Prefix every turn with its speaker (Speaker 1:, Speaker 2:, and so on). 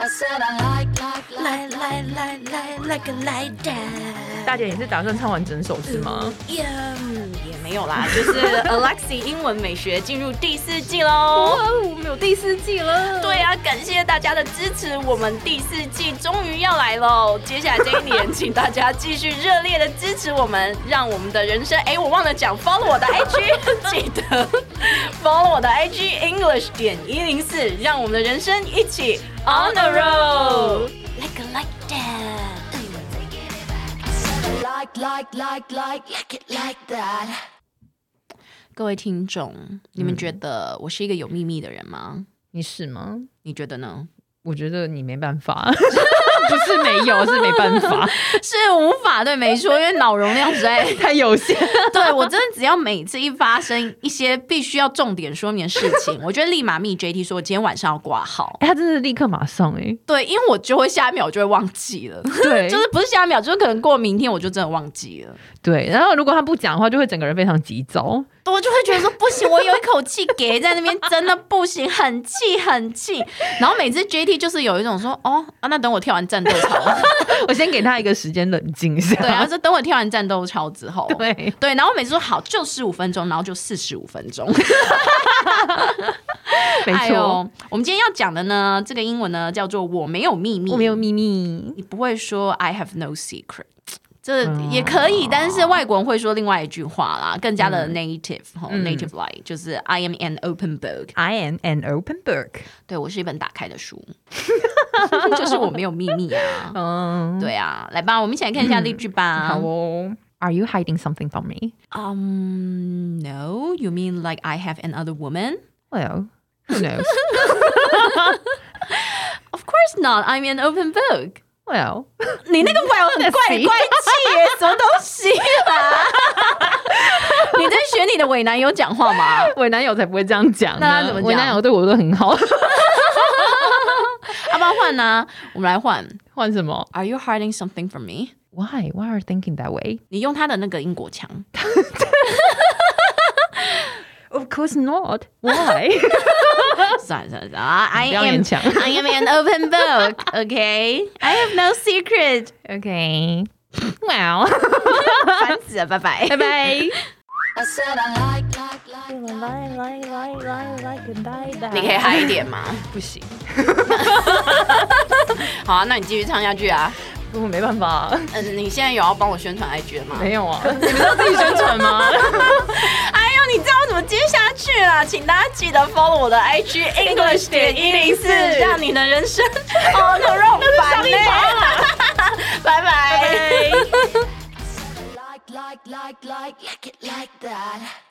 Speaker 1: I said I like, like,
Speaker 2: 来
Speaker 1: like,
Speaker 2: 来来来来个来的，
Speaker 3: 大姐，你是打算唱完整首是吗？
Speaker 2: 呀，嗯
Speaker 4: 也没有啦，就是 Alexi 英文美学进入第四季喽。
Speaker 3: 哦我们有第四季了。
Speaker 4: 对啊，感谢大家的支持，我们第四季终于要来喽！接下来这一年，请大家继续热烈的支持我们，让我们的人生……哎，我忘了讲，follow 我的 IG，记得 follow 我的 IG English 点一零四，让我们的人生一起 on the road。
Speaker 2: like a like that。
Speaker 1: I said I like, like, like, like, like it like that.
Speaker 4: 各位听众，你们觉得我是一个有秘密的人吗？
Speaker 3: 你是吗？
Speaker 4: 你觉得呢？
Speaker 3: 我觉得你没办 法，不是没有，是没办法，
Speaker 4: 是无法对没错，因为脑容量实在
Speaker 3: 太有限。
Speaker 4: 对我真的只要每次一发生一些必须要重点说明的事情，我就会立马密 JT 说，我今天晚上要挂号。
Speaker 3: 哎他真的立刻马上哎、
Speaker 4: 对，因为我就会下一秒就会忘记 了，
Speaker 3: 对，
Speaker 4: 就是不是下一秒，就是可能过明天我就真的忘记了。
Speaker 3: 对。然后如果他不讲的话，就会整个人非常急躁。
Speaker 4: 我就会觉得说不行，我有一口气给在那边，真的不行，很气很气。然后每次 JT 就是有一种说哦啊，那等我跳完战斗操，
Speaker 3: 我先给他一个时间冷静一下。
Speaker 4: 对，然后说等我跳完战斗操之后，
Speaker 3: 对
Speaker 4: 对，然后我每次说好就十五分钟，然后就四十五分钟。
Speaker 3: 没
Speaker 4: 哎
Speaker 3: 错，
Speaker 4: 呦，我们今天要讲的呢，这个英文呢叫做“我没有秘密”，
Speaker 3: 我没有，秘密。
Speaker 4: 你不会说 “I have no secret”，这
Speaker 3: 嗯
Speaker 4: 也可以，但是外国人会说另外一句话啦，更加的 native 哈、
Speaker 3: 嗯
Speaker 4: n a t i v e like 就是 “I am an open book”，
Speaker 3: I am an open book。
Speaker 4: 对我是一本打开的 书，就是我没有秘密啊。
Speaker 3: 嗯，
Speaker 4: 对啊，来吧，我们一起来看一下例句吧。
Speaker 3: 好哦。Are you hiding something from me?
Speaker 4: Um, no, you mean like I have another woman?
Speaker 3: Well, who knows?
Speaker 4: Of course not. I'm an open book.
Speaker 3: well,
Speaker 4: 你那个怪我很怪怪气耶，什么东西啦？ 你在学你的伪男友讲话吗？
Speaker 3: 啊我男友才不会这样讲呢。
Speaker 4: 那他怎么讲
Speaker 3: 我男友对我都很好。
Speaker 4: 要不要换呢？我们来换。
Speaker 3: 换什么
Speaker 4: Are you hiding something from me？
Speaker 3: ？Why? Why are you thinking that way?
Speaker 4: 你用他的那个英国腔，
Speaker 3: Of course not. Why?
Speaker 4: 算了算了算了啊，I
Speaker 3: 不要
Speaker 4: am
Speaker 3: 勉强
Speaker 4: I am an open book. OK, I have no secret.
Speaker 3: okay. Well,
Speaker 4: 烦死了，拜拜。
Speaker 3: 拜拜。
Speaker 1: I said I like, like, like, like.
Speaker 2: 来来来来来个来的。
Speaker 4: 你可以嗨一点吗？
Speaker 3: 不行，
Speaker 4: 好啊，那你继续唱下去啊。
Speaker 3: 我没办法，
Speaker 4: 嗯，你现在有要帮我宣传 IG 了吗？
Speaker 3: 没有啊， 你们要自己宣传吗？
Speaker 4: 哎呦，你知道我怎么接下去啊？请大家记得 follow 我的 IG English 点一零四，让你的人生 on the road 版内。拜拜。
Speaker 1: I said I like, like, like, like, like it like that.